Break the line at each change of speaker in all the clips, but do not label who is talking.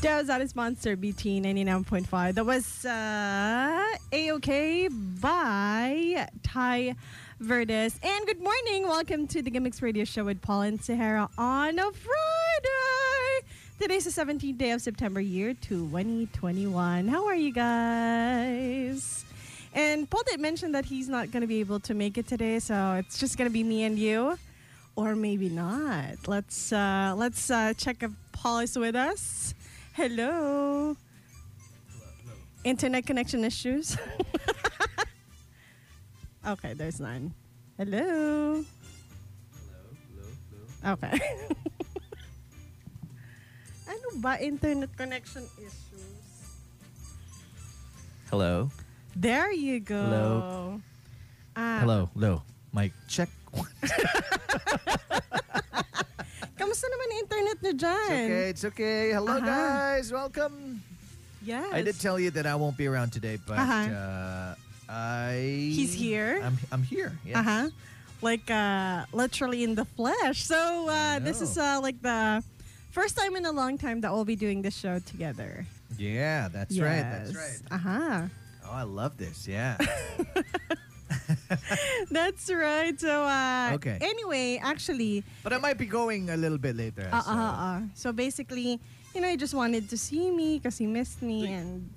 Terrazada sponsor BT 99.5. That was uh, A-OK by Ty Verdes. And good morning. Welcome to the Gimmicks Radio Show with Paul and Sahara on a Friday. Today's the 17th day of September, year 2021. How are you guys? And Paul did mention that he's not going to be able to make it today, so it's just going to be me and you or maybe not. Let's uh, let's uh, check if Paul is with us. Hello. Internet connection issues. okay, there's none. Hello. Okay. ano ba internet connection issues?
Hello.
There you go.
Hello.
Ah,
Hello. Hello. Mike, check.
Kamusta naman yung internet nyo dyan?
It's okay.
Aha.
Hello, guys. Welcome.
Yes.
Uh-huh. I did tell you that I won't be around today, but
Uh-huh.
uh, I.
He's here?
I'm, I'm here. Yes.
Uh-huh. Like uh literally in the flesh. So uh
I
this is uh
know.
like the first time in a long time that we'll be doing this show together.
Yeah, that's right. That's right.
Uh-huh.
Oh, I love this. Yeah.
That's right. So uh
Okay.
anyway, actually
but I might be going a little bit later.
uh
so-
uh uh. So basically, you know, he just wanted to see me because he missed me
Please.
and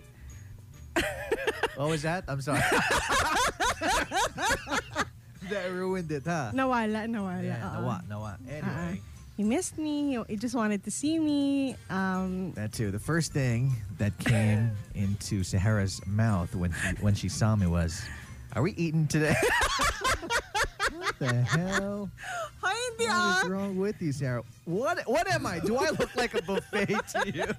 What was that? I'm sorry. that ruined it, huh?
nawala, nawala.
Yeah,
uh-uh.
nawa, nawa. Anyway.
He missed me. He just wanted to see me. Um
That too. The first thing that came into Sahara's mouth when she, when she saw me was, "Are we eating today?" what the hell?
Hi, hindi
What is
ah.
wrong with you, Sarah? What what am I? Do I look like a buffet to you?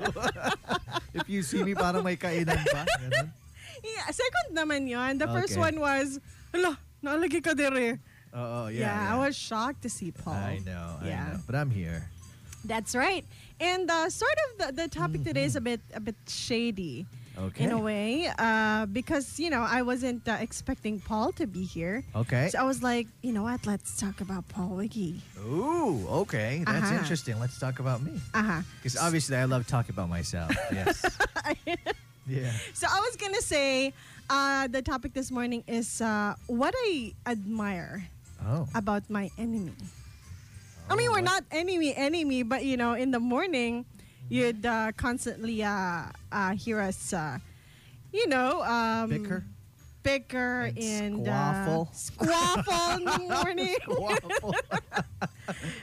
if you see me, parang may kainan ba? Ganun.
Yeah, second naman yon. The first
Okay.
one was, hala, naalagi ka dire.
Oh, oh,
Yeah, I
yeah,
was shocked to see Paul.
I know.
Yeah.
I know. But I'm here.
That's right. And uh, sort of the, the topic today is a bit a bit shady
Mm-hmm. Okay.
in a way uh, because, you know, I wasn't uh, expecting Paul to be here.
Okay.
So I was like, you know what, let's talk about Paul Wiggy.
Ooh. Okay. That's
Uh-huh.
interesting. Let's talk about me.
Uh-huh.
Because obviously, I love talking about myself. Yes. yeah.
So I was going to say uh, the topic this morning is uh, what I admire
Oh.
about my enemy. I mean, we're not enemy, enemy, but you know, in the morning, you'd uh, constantly uh, uh, hear us, uh, you know, um,
Bicker?
bicker, and,
And
uh,
squaffle.
squaffle in the morning.
Waffle.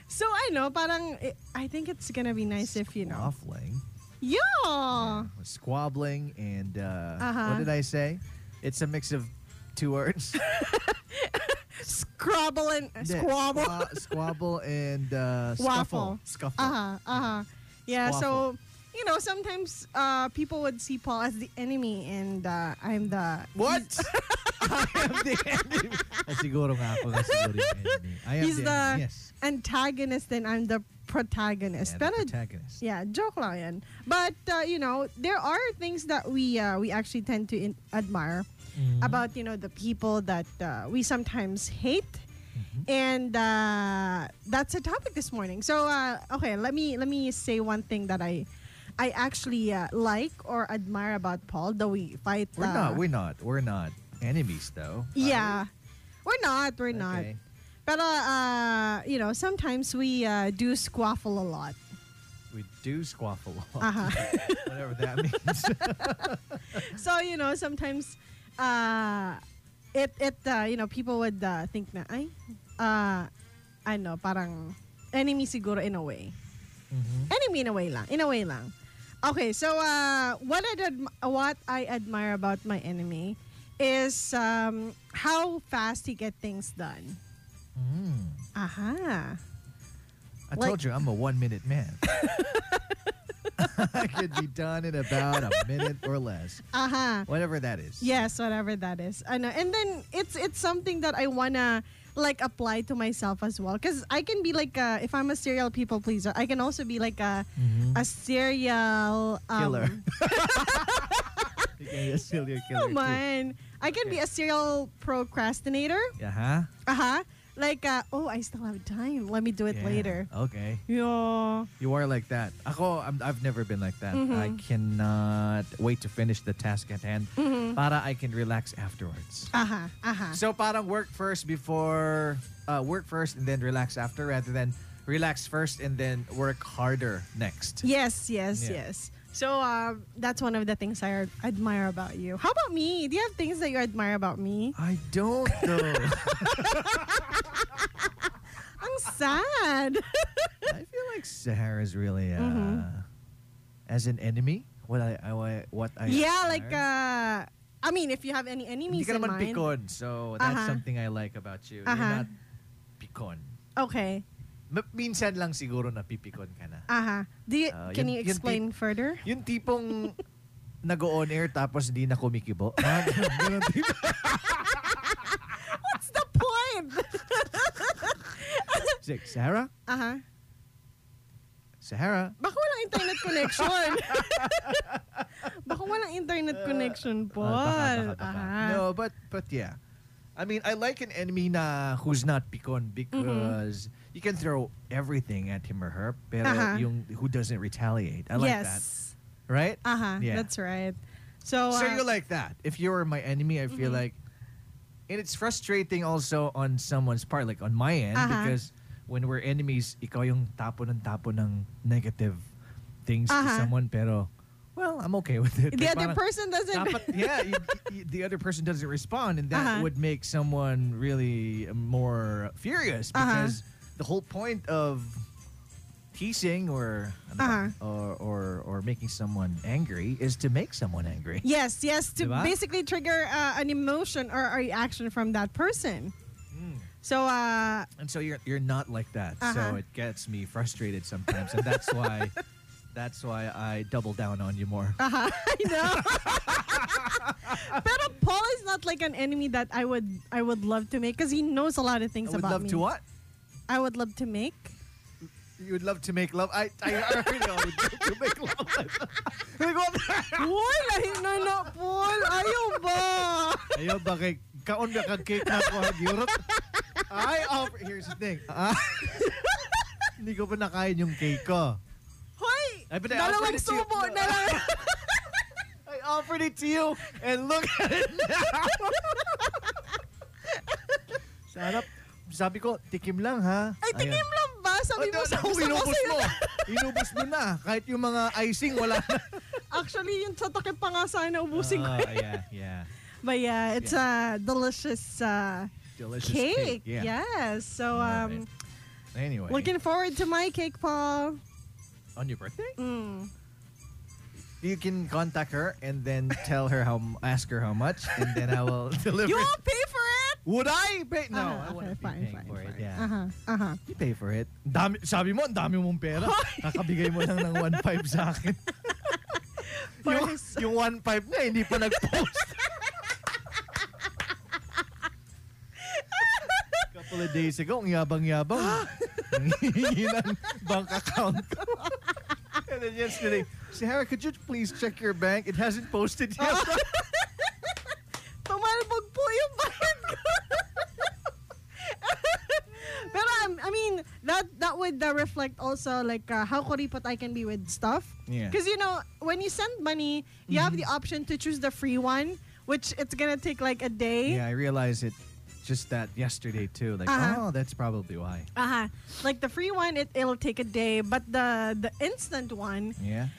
so I know, parang eh, I think it's gonna be nice if you know,
Waffling.
yeah,
was squabbling and uh,
Uh-huh.
what did I say? It's a mix of two words.
scrabble and uh,
Yeah,
squabble.
squa- squabble and uh,
Waffle.
scuffle. Scuffle.
Uh huh. Uh huh. Yeah.
Squaffle.
So you know, sometimes uh, people would see Paul as the enemy, and uh, I'm the
What? I am the enemy. Ah, siguro nga ako nga siguro yung enemy. I am
He's
the,
the-
enemy. Yes.
antagonist, and I'm the protagonist.
Yeah, the
Pero
protagonist.
yeah, joke lang yan. But uh, you know, there are things that we uh, we actually tend to in- admire
Mhm.
about you know the people that uh, we sometimes hate.
Mhm.
And uh, that's a topic this morning. So uh, okay, let me let me say one thing that I I actually uh, like or admire about Paul. Though we fight,
We're
uh,
not. We're not. We're not enemies though. are we?
yeah, we're not. We're not.
Okay.
But uh, you know, sometimes we uh, do squaffle a lot.
We do squaffle.
Uh-huh.
Whatever that means.
so you know, sometimes uh, it it uh, you know people would uh, think na ay uh, ano parang enemy siguro in a way.
Mhm.
Enemy in a way lang. In a way lang. Okay, so uh, what I adm- what I admire about my enemy is um, how fast he get things done.
Mm.
Aha.
I
Like-
told you I'm a one minute man. I could be done in about a minute or less,
Aha.
whatever that is.
Yes, whatever that is. Ano, and then it's it's something that I wanna like apply to myself as well because I can be like a, if I'm a serial people pleaser, I can also be like a
Mhm.
a serial um,
Killer. You can be a serial killer.
Naman. I can be a serial procrastinator.
Uh huh.
Aha. Like, uh, oh, I still have time. Let me do it
Yeah.
later.
Okay.
Yeah.
You are like that. Ako, I'm, I've never been like that.
Mhm.
I cannot wait to finish the task at hand
Mm-hmm.
para I can relax afterwards.
Aha, aha.
So parang work first before uh, work first and then relax after rather than relax first and then work harder next.
Yes, yes,
Yeah.
yes. So um, that's one of the things I admire about you. How about me? Do you have things that you admire about me?
I don't though.
I'm sad.
I feel like Sahara's really uh,
Mhm.
as an enemy. What I, I what I
yeah, like
admire.
uh, I mean, if you have any
Hindi
enemies
ka
in
naman
mind. Uh-huh.
pikon, so that's
Aha.
something I like about you. You're
Aha.
not pikon.
Okay.
Ma- Minsan lang siguro napipikon ka na.
Aha. uh-huh. Do you,
Uh,
can you
yun- yun
explain further?
Yung tipong nag-on air tapos hindi na kumikibo. Ah, ganun tipo.
What's the point?
Sige, Sahara?
Aha.
Sahara?
Uh-huh. Baka walang internet connection. Baka walang internet connection, Paul.
Uh,
Uh-huh.
Ah, baka, baka, baka.
Aha.
No, but but yeah. I mean, I like an enemy na who's not pikon
Mm-hmm.
because you can throw everything at him or her, pero
Aha.
yung who doesn't retaliate. I like
yes.
that. Right?
Aha.
Yeah.
That's right. So,
so
uh,
you're like that. If you're my enemy, I feel
Mm-hmm.
like and it's frustrating also on someone's part, like on my end,
Aha.
because when we're enemies, ikaw yung tapo ng tapo ng negative things
Aha.
to someone, pero well, I'm okay with
Uh-huh.
it.
the
Like,
other
parang-
person doesn't.
Dapat, yeah, you, you- the other person doesn't respond, and that
Uh-huh.
would make someone really more furious
Uh-huh.
because the whole point of teasing or ano ba,
Uh-huh.
or, or or making someone angry is to make someone angry.
Yes, yes, to
Diba?
basically trigger uh, an emotion or a reaction from that person.
Mm.
So, uh,
And so you're you're not like that. So
Uh-huh.
it gets me frustrated sometimes, and that's why that's why I double down on you more.
uh I know. Pero Paul is not like an enemy that I would I would love to make because he knows a lot of
I
things
would
about
love
me.
to what?
I would love to make.
You would love to make love. I I already know you'd love to make love. Like, what?
Uy, lahi na na, Paul. Ayaw ba?
Ayaw ba kay kaon na kag cake na ko ang Europe? I offer, oh, here's the thing. Ah, hindi ko pa nakain yung cake ko.
Hoy!
Ay, but I
Dalawang
offered it to you.
subo na lang.
I offered it to you and look at it now. Sarap. Sabi ko, tikim lang ha.
Ay, tikim lang ba? Sabi mo, sa
mo,
gusto ko
inubos
sa'yo.
mo. Inubos mo na. Kahit yung mga icing, wala na.
Actually, yung sa takip pa nga sana, ubusin ko.
Ah, yeah, yeah.
But yeah, it's a delicious uh,
Delicious
cake.
cake.
Yes. So um,
Anyway,
looking forward to my cake, Paul.
on your birthday?
Mm.
You can contact her and then tell her how, ask her how much, and then I will deliver.
You won't pay for it.
Would I pay? No,
Uh-huh,
I wouldn't
okay,
be
fine,
paying
fine,
for it.
fine.
Yeah.
Uh-huh. Uh-huh.
You pay for it. Dami, sabi mo, ang dami mong pera. Kakabigay mo lang ng 1.5 sa akin. yung,
First-
yung 1.5 niya, hindi pa nag-post. couple of days ago, ang yabang-yabang. Nangihingi ng bank account ko. And then yesterday, Sarah, could you please check your bank? It hasn't posted yet.
Tumalbog po yung bayad ko. Pero um, I mean that that would uh, reflect also like uh, how kuripot I can be with stuff.
Yeah.
Because you know when you send money, you have the option to choose the free one, which it's gonna take like a day.
Yeah, I realized it just that yesterday too. Like,
Uh-huh.
oh, that's probably why.
Uh-huh. Like the free one, it, it'll take a day, but the the instant one,
Yeah.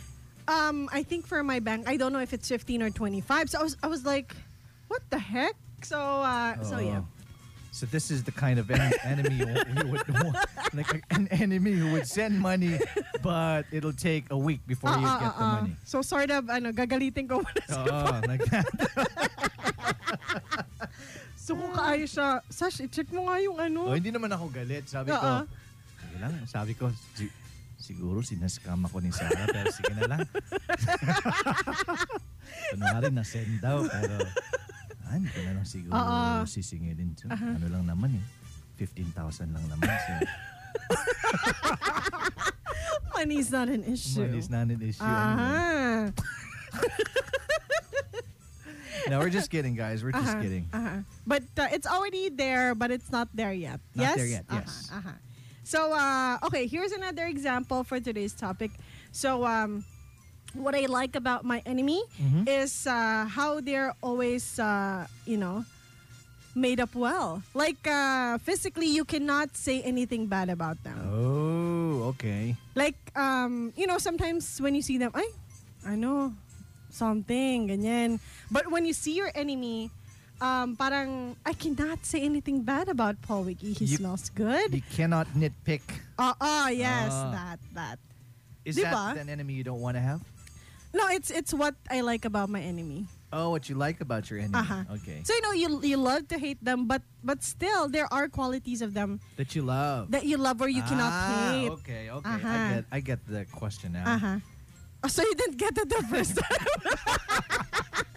um, I think for my bank, I don't know if it's fifteen or twenty five. So I was I was like, what the heck? So uh, so yeah.
Oh. So this is the kind of en- enemy you, you would want, like an enemy who would send money, but it'll take a week before you
Uh, uh,
get
uh,
the
uh.
money.
So sort of ano gagalitin ko muna sa
Oh, like that.
so kung kaayo siya, Sash, i-check mo nga yung
Oh,
ano.
hindi naman ako galit. Sabi
Oo.
ko, sige lang. Sabi ko, "Si- siguro sinascam ako ni Sarah, pero sige na lang. Kunwari, nasend daw, pero ah, hindi ko na lang siguro
Oo.
sisingilin. So,
Uh-huh.
Ano lang naman eh. 15,000 lang naman. So,
Money's not an issue.
ano money is not an issue.
Ah.
No, we're just kidding, guys. We're just
Uh-huh,
kidding.
uh-huh. But uh, it's already there, but it's not there yet. yes?
Not there yet,
Uh-huh,
yes.
uh-huh. So, uh, okay, here's another example for today's topic. So, um, what I like about my enemy
Mhm.
is uh, how they're always, uh, you know, made up well. Like, uh, physically, you cannot say anything bad about them.
Oh, okay.
Like, um, you know, sometimes when you see them, ay, ano, something, ganyan. But when you see your enemy, um, parang, I cannot say anything bad about Paul Wiki. He
You-
smells good.
You cannot nitpick.
Ah, ah, yes,
Ah.
that, that.
Is
Diba?
that an enemy you don't want to have?
No, it's it's what I like about my enemy.
Oh, what you like about your enemy?
Uh-huh.
Okay.
So you know you you love to hate them, but but still there are qualities of them
that you love.
that you love or you cannot
ah,
hate.
Okay, okay.
Uh-huh.
I get I get the question now.
Uh huh. Oh, so you didn't get it the first time.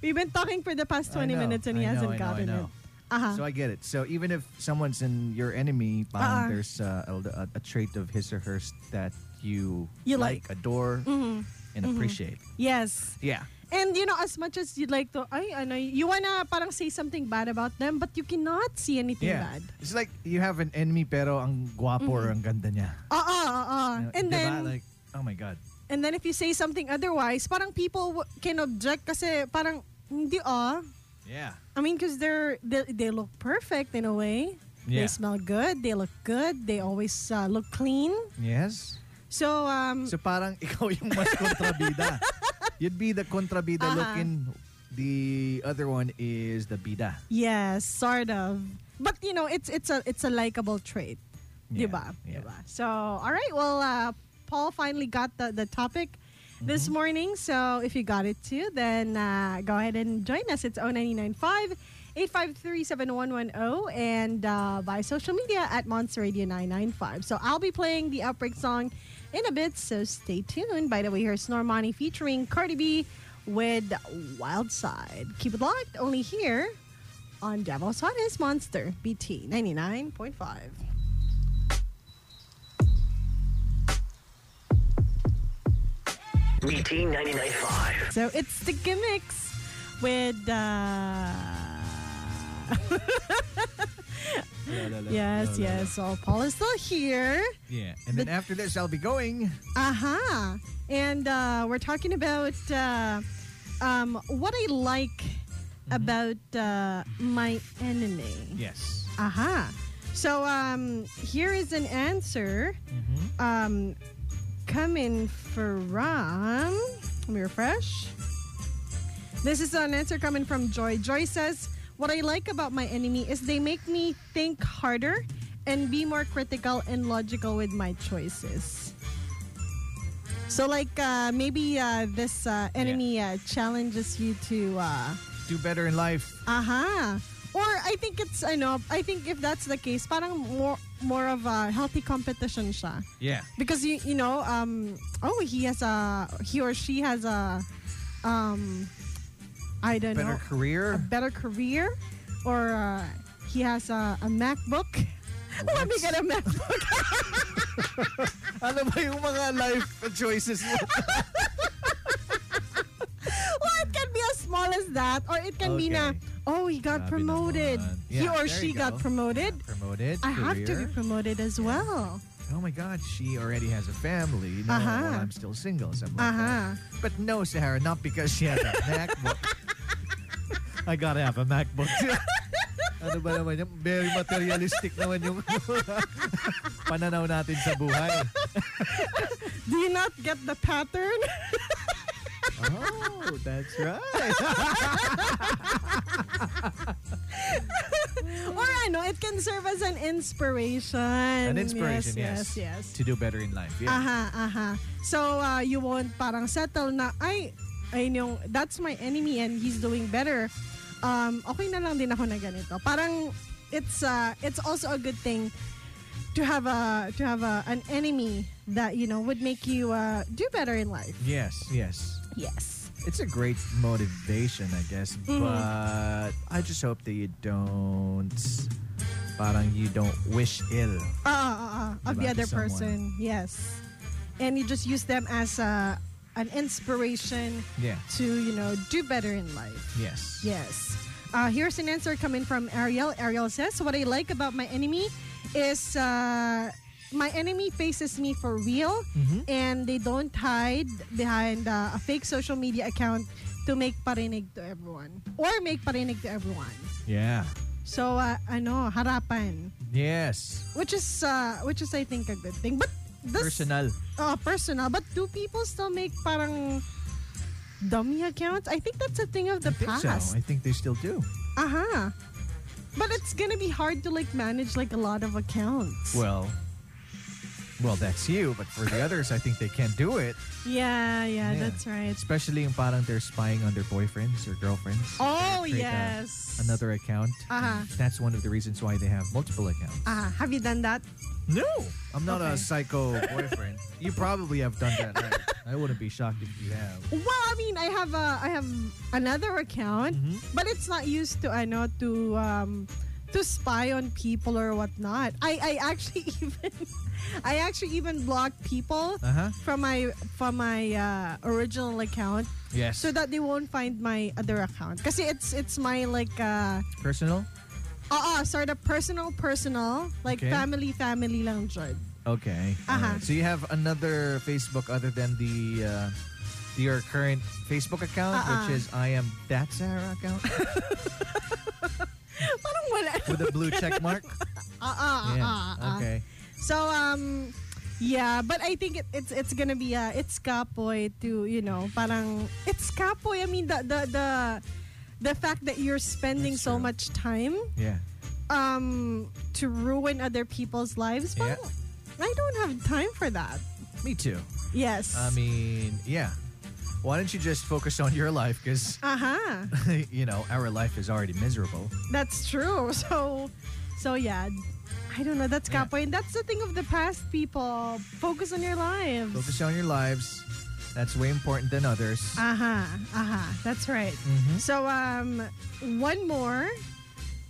We've been talking for the past
I
20
know,
minutes and he
I know,
hasn't
I know,
gotten
I
it.
know.
Uh-huh.
So I get it. So even if someone's in your enemy, parang
Uh-uh.
there's uh, a, a, a trait of his or hers that you,
You
adore,
Mhm.
and appreciate.
Yes.
Yeah.
And you know, as much as you'd like to, ay, ano, you wanna parang say something bad about them, but you cannot see anything
Yeah.
bad. Mm-hmm.
It's like you have an enemy pero ang guapo or ang ganda niya.
Oo, oo, oo.
You know,
Uh-uh, And
diba?
then,
like oh my god.
and then if you say something otherwise, parang people w- can object kasi parang, hindi ah.
Yeah.
I mean, because they're, they, they look perfect in a way. They
Yeah.
smell good. They look good. They always uh, look clean.
Yes.
So, um,
So parang ikaw yung mas kontrabida. You'd be the kontrabida
Uh-huh.
looking. The other one is the bida.
Yes, sort of. But you know, it's it's a it's a likable trait,
Yeah,
diba?
yeah.
Diba? So, all right. Well, uh, Paul finally got the the topic
Mm-hmm.
this morning. So, if you got it too, then uh, go ahead and join us. It's 0995 853-7110 and uh, by social media at Monster Radio 995. So I'll be playing the Outbreak song in a bit, so stay tuned. By the way, here's Normani featuring Cardi B with Wild Side. Keep it locked, only here on Devil's Hottest Monster BT 99.5.
BT 99.5.
So it's the gimmicks with uh yes, yes. So Paul is still here.
Yeah. And then after this, I'll be going.
Aha. Uh-huh. And uh we're talking about uh um what I like about uh my enemy.
Yes.
Aha. So um here is an answer
Mm-hmm.
um coming from let me refresh. This is an answer coming from Joy. Joy says, What I like about my enemy is they make me think harder and be more critical and logical with my choices. So, like, uh, maybe uh, this uh, enemy uh, challenges you to uh,
Do better in life.
Aha. Or I think it's ano, I think if that's the case, parang more more of a healthy competition siya.
Yeah.
Because you you know, um oh, he has a he or she has a um I don't
Better
know, a
career.
better career or uh, he has a, a MacBook. Let me get a MacBook.
Ano ba yung mga life choices mo?
well, it can be as small as that or it can be na
Okay.
oh, he got
Grabe
promoted.
naman.
he
Yeah,
or
there
she
you
got
go.
promoted.
Promoted.
I have to be
career.
promoted as well.
Oh my God, she already has a family. No,
Uh-huh.
well, I'm still single. Something like
Uh-huh.
that. But no, Sahara, not because she has a MacBook. I gotta have a MacBook. ano ba naman yun? Very materialistic naman yung pananaw natin sa buhay.
Do you not get the pattern?
Oh, that's right.
or ano, it can serve as an inspiration.
An inspiration,
Yes,
yes. Uh-huh.
yes. yes.
To do better in life. Yeah.
Aha, aha. So uh, you won't parang settle na, ay, ayun yung, that's my enemy and he's doing better. Um, okay na lang din ako na ganito. Parang, it's, uh, it's also a good thing to have a to have a, an enemy that you know would make you uh, do better in life.
Yes, yes.
Yes.
It's a great motivation, I guess. But I just hope that you don't, parang you don't wish ill.
Ah, ah, ah, ah, of the
Diba? To
other
someone.
person. Yes. And you just use them as a, an inspiration
Yeah.
to, you know, do better in life.
Yes.
Yes. Uh, here's an answer coming from Ariel. Ariel says, What I like about my enemy is uh, my enemy faces me for real
Mm-hmm.
and they don't hide behind uh, a fake social media account to make parinig to everyone or make parinig to everyone.
Yeah.
So, uh, ano, harapan.
Yes.
Which is, uh, which is I think, a good thing. But this,
Personal.
Uh, personal. But do people still make parang dummy accounts? I think that's a thing of the
I think
past.
so. I think they still do.
Uh-huh. But it's gonna be hard to like manage like a lot of accounts.
Well, well, that's you. But for the others, I think they can't do it.
yeah, yeah,
Yeah.
that's right.
Especially yung parang they're spying on their boyfriends or girlfriends.
Oh
Create a-
yes.
another account.
Uh-huh.
That's one of the reasons why they have multiple accounts.
Ah, have you done that?
No, I'm not
Okay.
a psycho boyfriend. you probably have done that. Right? I wouldn't be shocked if you have.
Well, I mean, I have a, I have another account,
Mhm.
but it's not used to I know to um to spy on people or whatnot. I I actually even I actually even block people
Uh huh.
from my from my uh, original account
Yes.
so that they won't find my other account. Kasi it's it's my like uh
Personal.
Oo, sort of personal, personal. Like
Okay.
family, family lang dyan.
Okay.
Uh-huh.
Alright. So you have another Facebook other than the uh, your current Facebook account,
Uh-uh.
which is I am that Sarah account
Parang wala.
with a blue check mark.
Ah, ah, ah, ah, ah.
Okay.
So, um, yeah, but I think it, it's it's gonna be, uh, it's kapoy to, you know, parang, it's kapoy. I mean, the, the, the, the fact that you're spending
That's
so
true.
much time
Yeah.
um, to ruin other people's lives,
Yeah.
parang, I don't have time for that.
Me too.
Yes.
I mean, yeah. Why don't you just focus on your life? Because
uh-huh.
you know our life is already miserable.
That's true. So, so yeah. I don't know. That's
Yeah.
kapoy. And that's the thing of the past, people. Focus on your lives.
Focus on your lives. That's way important than others.
Aha, aha. Uh-huh, That's right.
Mhm.
So, um, one more.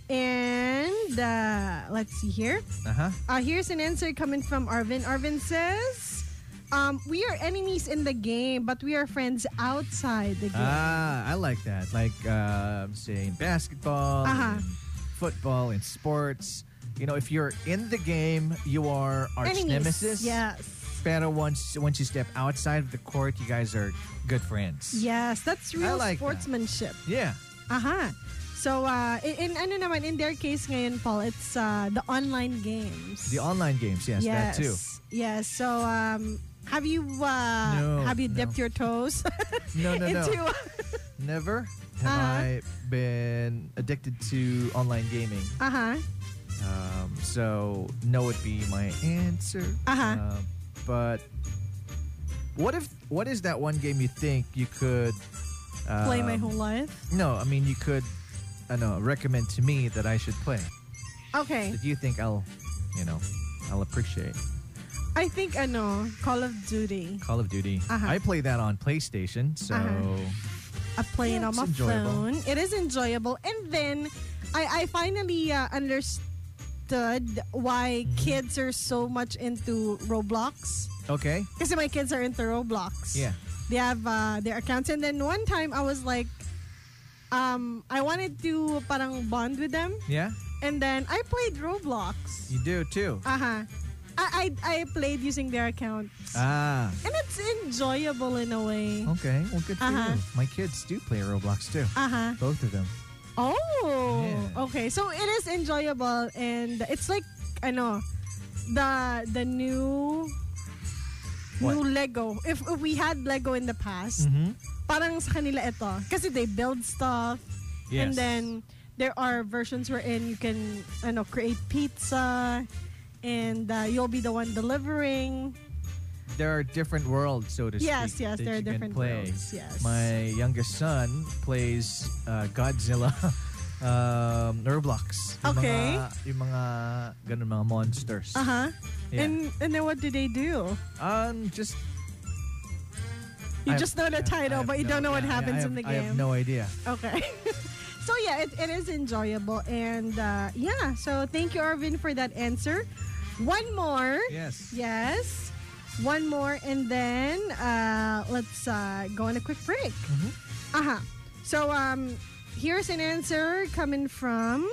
And uh, let's see here.
Uh huh.
Uh, here's an answer coming from Arvin. Arvin says, um, We are enemies in the game, but we are friends outside the game.
Ah, I like that. Like, um, say, in basketball,
Uh-huh.
in football, in sports. You know, if you're in the game, you are arch
enemies.
nemesis.
Yes.
Pero once once you step outside of the court, you guys are good friends.
Yes. That's real
like that.
sportsmanship.
Yeah.
Aha. So, uh, in, in ano naman, in their case ngayon, Paul, it's uh, the online games.
The online games. Yes,
yes.
that too.
Yes. So, um, have you uh,
No,
have you
no.
dipped your toes
No, no,
into?
no. Never have
Uh-huh.
I been addicted to online gaming.
Uh huh.
Um, so no would be my answer.
Uh-huh.
Um, but what if what is that one game you think you could um,
Play my whole life.
No, I mean you could. I know. Recommend to me that I should play.
Okay.
That you think I'll, you know, I'll appreciate
I think ano, Call of Duty.
Call of Duty.
Uh-huh.
I play that on PlayStation, so
Uh-huh. I play it
Yeah,
on my
it's enjoyable.
phone. It is enjoyable. And then I I finally uh, understood why
Mm-hmm.
kids are so much into Roblox.
okay.
Kasi my kids are into Roblox.
Yeah.
They have uh, their accounts. And then one time I was like, um, I wanted to parang bond with them.
Yeah,
And then I played Roblox.
you do too.
Uh-huh. I, I, I played using their accounts.
Ah, Oh.
and it's enjoyable in a way.
okay. Well, good for
Uh-huh.
you. My kids do play Roblox too.
Uh-huh.
Both of them.
Oh.
Yeah.
Okay. So it is enjoyable and it's like I know the the new new Lego. If, if we had Lego in the past,
Mm-hmm.
parang sa kanila ito. Kasi they build stuff. And then there are versions wherein you can ano, create pizza and uh, you'll be the one delivering.
there are different worlds, so to
Yes,
speak.
yes,
that
there are
you can
different
play.
worlds, yes.
My youngest son plays uh, Godzilla, um, Roblox. Yung
Okay.
Mga, yung mga ganun mga monsters.
Uh-huh.
Yeah.
And and then what do they do?
um, just
You
I-
just know the
I- I
title,
have
but you don't know
no-
what
yeah, yeah,
happens
I
in
have-
the
I
game.
have no idea.
Okay. so yeah, it, it is enjoyable and uh, yeah. So thank you, Arvin, for that answer. One more.
Yes.
Yes. One more, and then uh, let's uh, go on a quick break.
Mm-hmm.
Uh-huh. So um, here's an answer coming from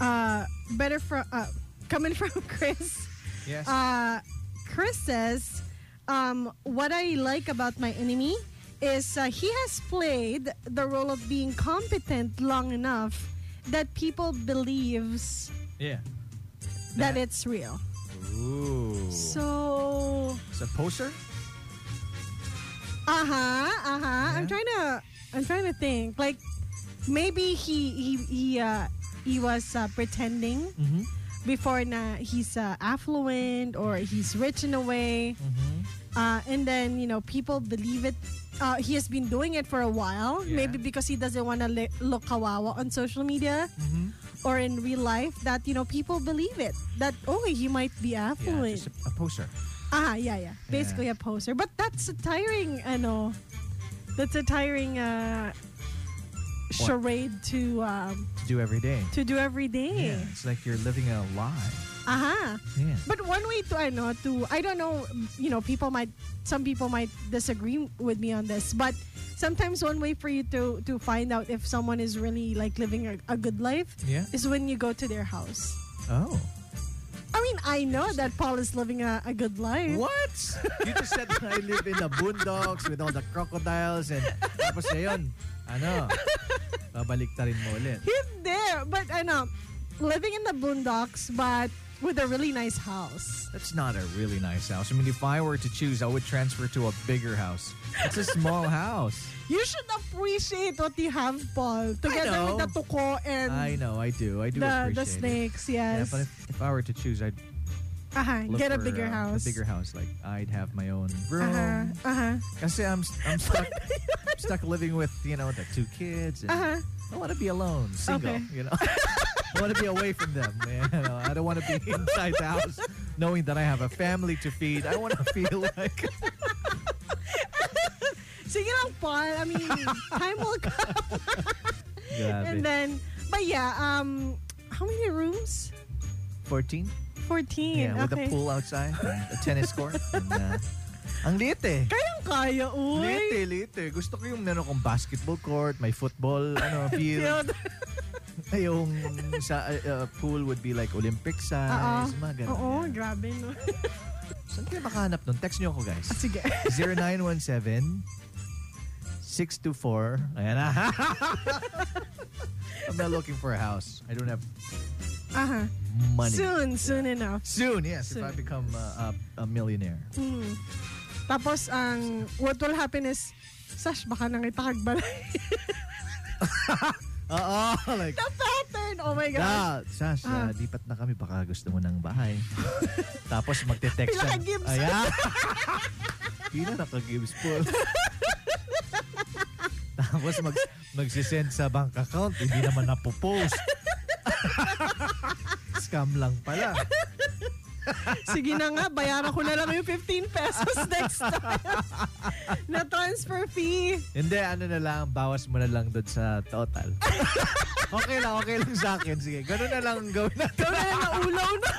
uh, better from uh, coming from Chris.
Yes.
Uh, Chris says, um, "What I like about my enemy is uh, he has played the role of being competent long enough that people believes
yeah.
that,
That-
it's real."
Ooh.
So,
Sa poser?
uh huh, uh huh. I'm
Yeah.
trying to, I'm trying to think. Like, maybe he he he uh, he was uh, pretending
Mm-hmm.
before na he's uh, affluent or he's rich in a way.
Mm-hmm.
uh, and then you know people believe it. Uh, he has been doing it for a while,
Yeah.
maybe because he doesn't want to li- look kawawa on social media
Mm-hmm.
or in real life. That you know people believe it that oh he might be
Yeah,
affluent.
just a, a poser.
ah yeah yeah, basically a poser. But that's a tiring ano, that's a tiring uh,
What?
charade to um,
To do every day.
to do every day.
Yeah. It's like you're living a lie.
Aha.
Yeah.
But one way to ano to I don't know, you know, people might some people might disagree with me on this, but sometimes one way for you to to find out if someone is really like living a, a good life
Yeah.
is when you go to their house.
Oh.
I mean, I know that Paul is living a, a good life.
What? you just said that I live in the boondocks with all the crocodiles and tapos ngayon, ano, babaliktarin mo ulit.
He's there, but I know living in the boondocks, but with a really nice house.
That's not a really nice house. I mean, if I were to choose, I would transfer to a bigger house. It's a small house.
You should appreciate what you have, Paul, together
know.
with the tuko and
I know, I do. I do
the, the
appreciate it.
snakes.
Yeah,
Yes,
but if, if I were to choose, I'd
uh-huh.
look
get a
for,
bigger
uh,
house.
A bigger house. Like, I'd have my own room.
Uh-huh. Uh-huh.
Kasi I'm, I'm stuck, I'm stuck living with, you know, the two kids. And
Uh-huh.
I want to be alone, single,
Okay.
you know. I want to be away from them. You know? I don't want to be inside the house knowing that I have a family to feed. I want to feel like
Sige lang po. I mean, time will come. And
Grabe.
then, but yeah, um, how many rooms?
14.
14.
Yeah, with
okay.
a pool outside, and a tennis court. And, uh, ang liit eh.
Kayang kaya, uy.
Liit eh, liit eh. Gusto ko yung meron kong basketball court, may football, ano, field.
Field.
yung sa uh, uh, pool would be like Olympic size,
Oo.
mga ganun.
Uh-uh. Oo,
yeah.
grabe no.
Saan kayo makahanap nun? Text nyo ako guys.
Sige.
0917 624. Ayan na. I'm not looking for a house. I don't have
Aha.
money.
Soon, soon enough.
Soon, yes.
Soon.
If I become uh, a, a millionaire.
Hmm. Tapos, ang what will happen is, Sash, baka nangita kagbalay.
Oo, like,
The pattern! Oh my gosh.
da, Sash,
Ah.
uh, lipat na kami. Baka gusto mo ng bahay. Tapos magte-text siya.
Pinaka-Gibbs.
Ayan. Pila na ka-Gibbs po. Tapos mag, magsisend sa bank account, hindi naman napopost. Scam lang pala.
Sige na nga, bayaran ko na lang yung 15 pesos next time. na transfer fee.
Hindi, ano na lang, bawas mo na lang doon sa total. okay lang, okay lang sa akin. Sige, ganun na lang ang gawin natin.
Ikaw na lang naulaw na.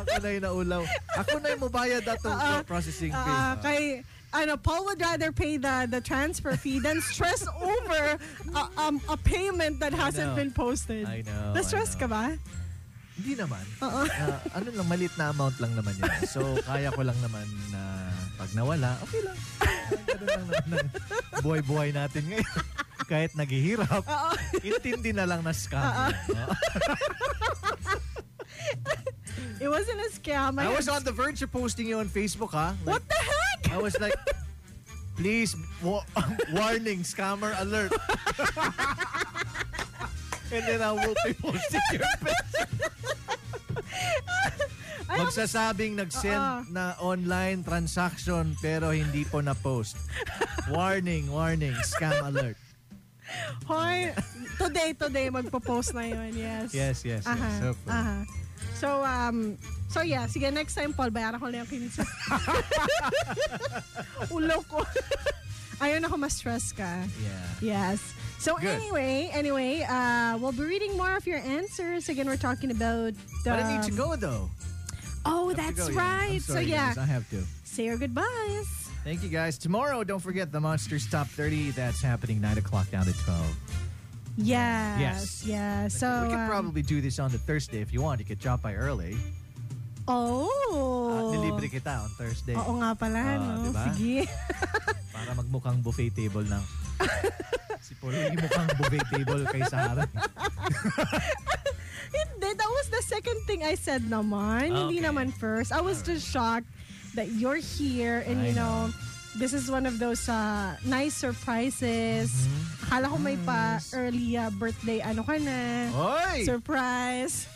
Ako na yung naulaw. Ako na yung mabayad na itong
Ah, ah.
processing fee.
Ah, kay ano, Paul would rather pay the the transfer fee than stress over a, um, a payment that hasn't
know.
been posted.
I know.
Na-stress
I
ka
know.
ba?
Hindi naman.
Oo.
Ah, ano lang, maliit na amount lang naman yun. So, kaya ko lang naman na pag nawala, okay lang. Ah, Ganun lang naman ang buhay-buhay natin ngayon. Kahit naghihirap,
Oo.
intindi na lang na scam. yun. Oo.
It wasn't a scam.
I
had-
was on the verge of posting you on Facebook, ha? Like,
What the heck?
I was like, please, wa- warning, scammer alert. and then I will be posting your picture. Magsasabing nag-send
Ah, ah.
na online transaction pero hindi po na-post. Warning, warning, scam alert.
Hoy, today, today, magpo-post na yun. Yes.
Yes, yes, yes.
Aha,
Opo.
aha. So, um, so yeah, sige, next time, Paul, bayaran ko lang yung 15. Ulo ko. Ayaw na ako ma-stress ka.
Yeah.
Yes. So
Good.
anyway, anyway, uh, we'll be reading more of your answers. Again, we're talking about.
But I need to
um,
go though.
Oh,
Have to
that's
go, yeah. I'm
right. so
sorry,
yeah,
guys. I have to.
say your goodbyes.
Thank you guys. Tomorrow, don't forget the Monsters Top 30. That's happening 9 o'clock down to 12.
Yes.
Yes.
Yeah. So
we could
um,
probably do this on the Thursday if you want. You could drop by early. Uh,
Oh.
nilibre kita on Thursday.
Oo nga pala,
Ah,
no?
diba?
Sige.
Para magmukhang buffet table na. si Paul, hindi mukhang buffet table kay Sarah.
Hindi, that was the second thing I said naman.
Ah,
Hindi
okay. Ah.
naman first. I was just shocked that you're here and
I
you know, this is one of those uh, nice surprises.
Mm-hmm.
Akala ko may pa
Nice.
early uh, birthday ano ka na.
Hoy!
Surprise.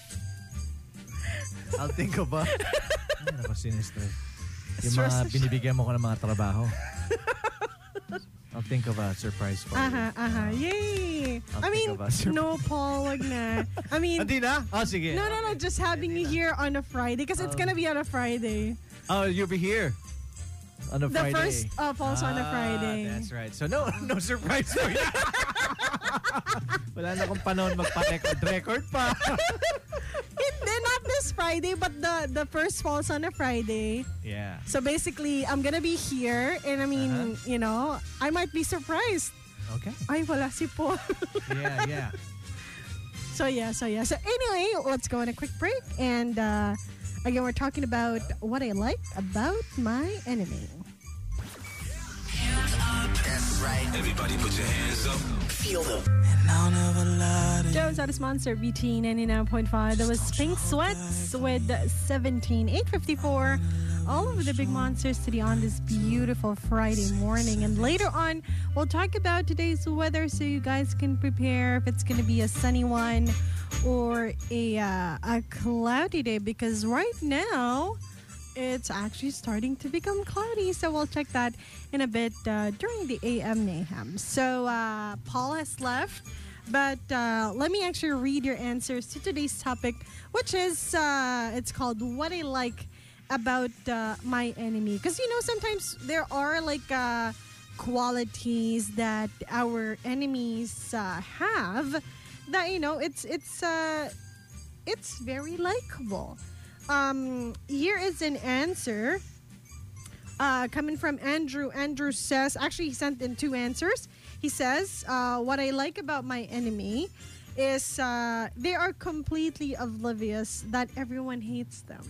I'll think of a... Ano ba sinister? Yung
Stress na
mga
siya.
binibigyan mo ko ng mga trabaho. I'll think of a surprise for
Aha,
you.
aha. Yay.
Ah. I'll
I
think
mean,
of a surprise.
no, Paul, wag na. I mean,
Hindi na? Oh, sige.
no, no, no. Just having you here on a Friday because it's
Oh.
gonna be on a Friday.
Oh, you'll be here. On a
The
Friday.
first uh, falls on a
Ah,
Friday.
That's right. So no no surprise for you. Wala na akong panahon magpa-record record pa.
Hindi, not this Friday, but the the first falls on a Friday.
yeah.
So basically, I'm gonna be here, and I mean,
Uh-huh.
you know, I might be surprised.
Okay.
Ay, wala si Paul.
Yeah, yeah.
so yeah, so yeah. So anyway, let's go on a quick break, and uh, again, we're talking about what I like about my enemy.
Everybody put your hands up.
Feel the
Joe's out of sponsor BT 99.5. That was Pink Sweats with 17854. All of the big monsters city on this beautiful Friday morning. And later on, we'll talk about today's weather so you guys can prepare if it's going to be a sunny one or a, uh, a cloudy day because right now it's actually starting to become cloudy. So we'll check that in a bit uh, during the AM Naham. So uh, Paul has left, but uh, let me actually read your answers to today's topic, which is uh, it's called "What I Like About uh, My Enemy." Because you know sometimes there are like. Uh, qualities that our enemies uh, have that you know it's it's uh it's very likable. Um, here is an answer uh, coming from Andrew. Andrew says, actually, he sent in two answers. He says, uh, What I like about my enemy is uh, they are completely oblivious that everyone hates them.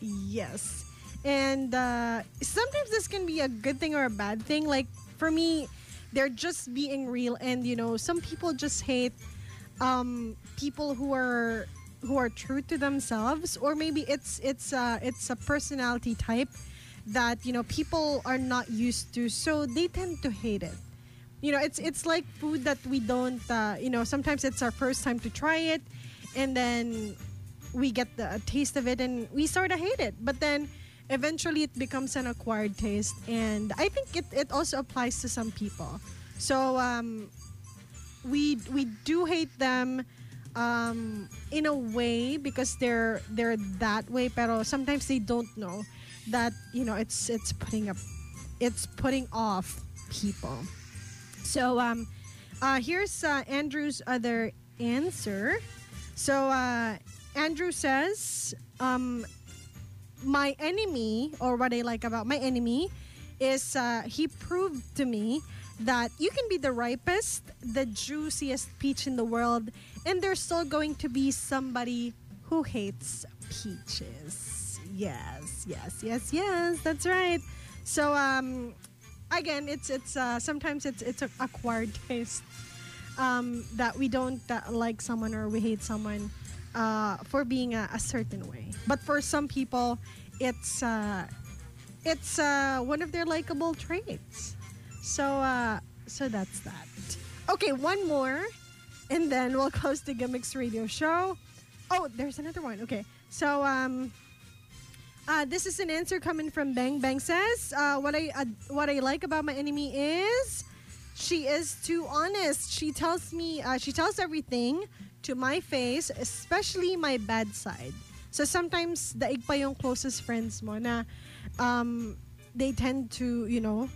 Yes. And uh, sometimes this can be a good thing or a bad thing. Like for me, they're just being real, and you know, some people just hate um, people who are who are true to themselves, or maybe it's it's uh, it's a personality type that you know people are not used to, so they tend to hate it. You know, it's it's like food that we don't. Uh, you know, sometimes it's our first time to try it, and then we get the a taste of it and we sort of hate it. But then eventually it becomes an acquired taste. And I think it, it also applies to some people. So um, we we do hate them um, in a way because they're they're that way. Pero sometimes they don't know that you know it's it's putting up it's putting off people. So um, uh, here's uh, Andrew's other answer. So uh, Andrew says, um, my enemy, or what I like about my enemy, is uh, he proved to me that you can be the ripest, the juiciest peach in the world, and there's still going to be somebody who hates peaches. Yes, yes, yes, yes. That's right. So um, again, it's it's uh, sometimes it's it's a acquired taste um, that we don't uh, like someone or we hate someone uh, for being a, a certain way. But for some people, it's uh, it's uh, one of their likable traits. So uh, so that's that. Okay, one more, and then we'll close the gimmicks radio show. Oh, there's another one. Okay, so um. Uh, this is an answer coming from Bang Bang says uh, what I uh, what I like about my enemy is she is too honest. She tells me uh, she tells everything to my face, especially my bad side. So sometimes daig pa yung closest friends mo na um, they tend to you know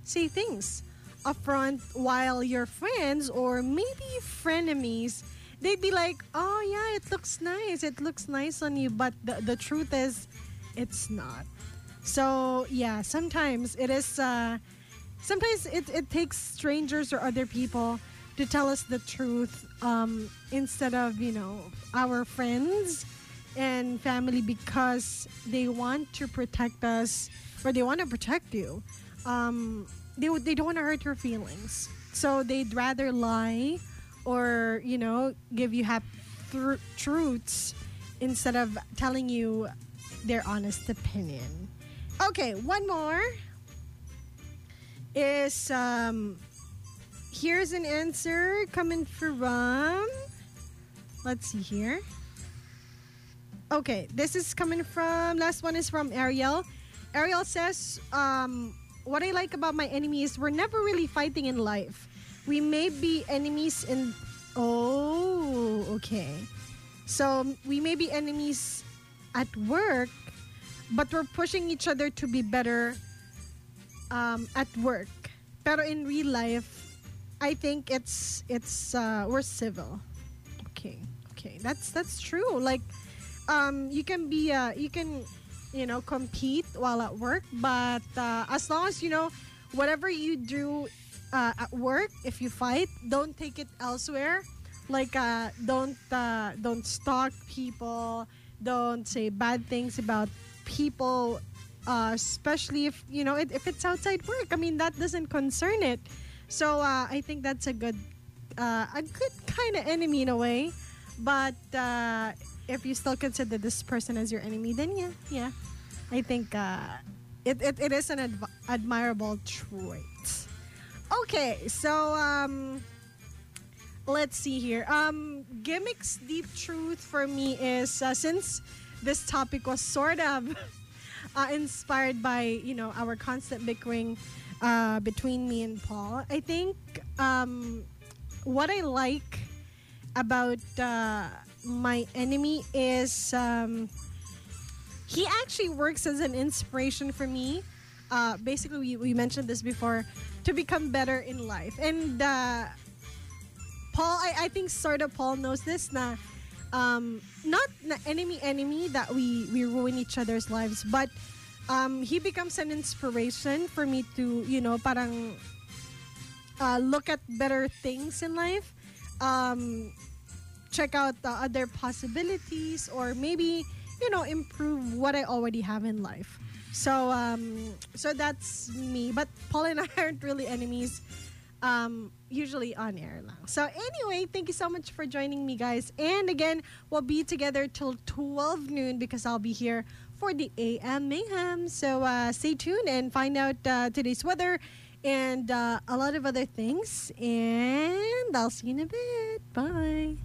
say things upfront while your friends or maybe frenemies they'd be like, "Oh yeah, it looks nice. It looks nice on you." But the the truth is, it's not. So yeah, sometimes it is. Uh, sometimes it it takes strangers or other people to tell us the truth um, instead of you know our friends and family because they want to protect us or they want to protect you. Um, they would- they don't want to hurt your feelings, so they'd rather lie or you know give you hap- thr- truths instead of telling you their honest opinion. Okay, one more is um, here's an answer coming from. Let's see here. Okay, this is coming from. Last one is from Ariel. Ariel says, um, "What I like about my enemy is we're never really fighting in life. We may be enemies in. Oh, okay. So we may be enemies at work, but we're pushing each other to be better um, at work. Pero in real life, I think it's it's uh, we're civil. Okay, okay, that's that's true. Like, um, you can be uh, you can you know compete while at work, but uh, as long as you know whatever you do uh, at work, if you fight, don't take it elsewhere. Like, uh, don't uh, don't stalk people. Don't say bad things about people uh, especially if you know it, if it's outside work. I mean, that doesn't concern it. So uh, I think that's a good, uh, a good kind of enemy in a way. But uh, if you still consider this person as your enemy, then yeah, yeah, I think uh, it, it it is an adv- admirable trait. Okay, so um, let's see here. Um, gimmicks deep truth for me is uh, since this topic was sort of uh, inspired by you know our constant bickering uh, between me and Paul. I think um, what I like about uh, my enemy is um, he actually works as an inspiration for me. Uh, basically, we, we mentioned this before to become better in life, and uh, Paul, I, I think sort of Paul knows this na um, not na enemy enemy that we we ruin each other's lives, but um, he becomes an inspiration for me to you know parang uh, look at better things in life, um, check out the other possibilities, or maybe you know improve what I already have in life. So um, so that's me. But Paul and I aren't really enemies um, usually on air lang. So anyway, thank you so much for joining me, guys. And again, we'll be together till 12 noon because I'll be here for the AM Mayhem. So uh, stay tuned and find out uh, today's weather and uh, a lot of other things. And I'll see you in a bit. Bye.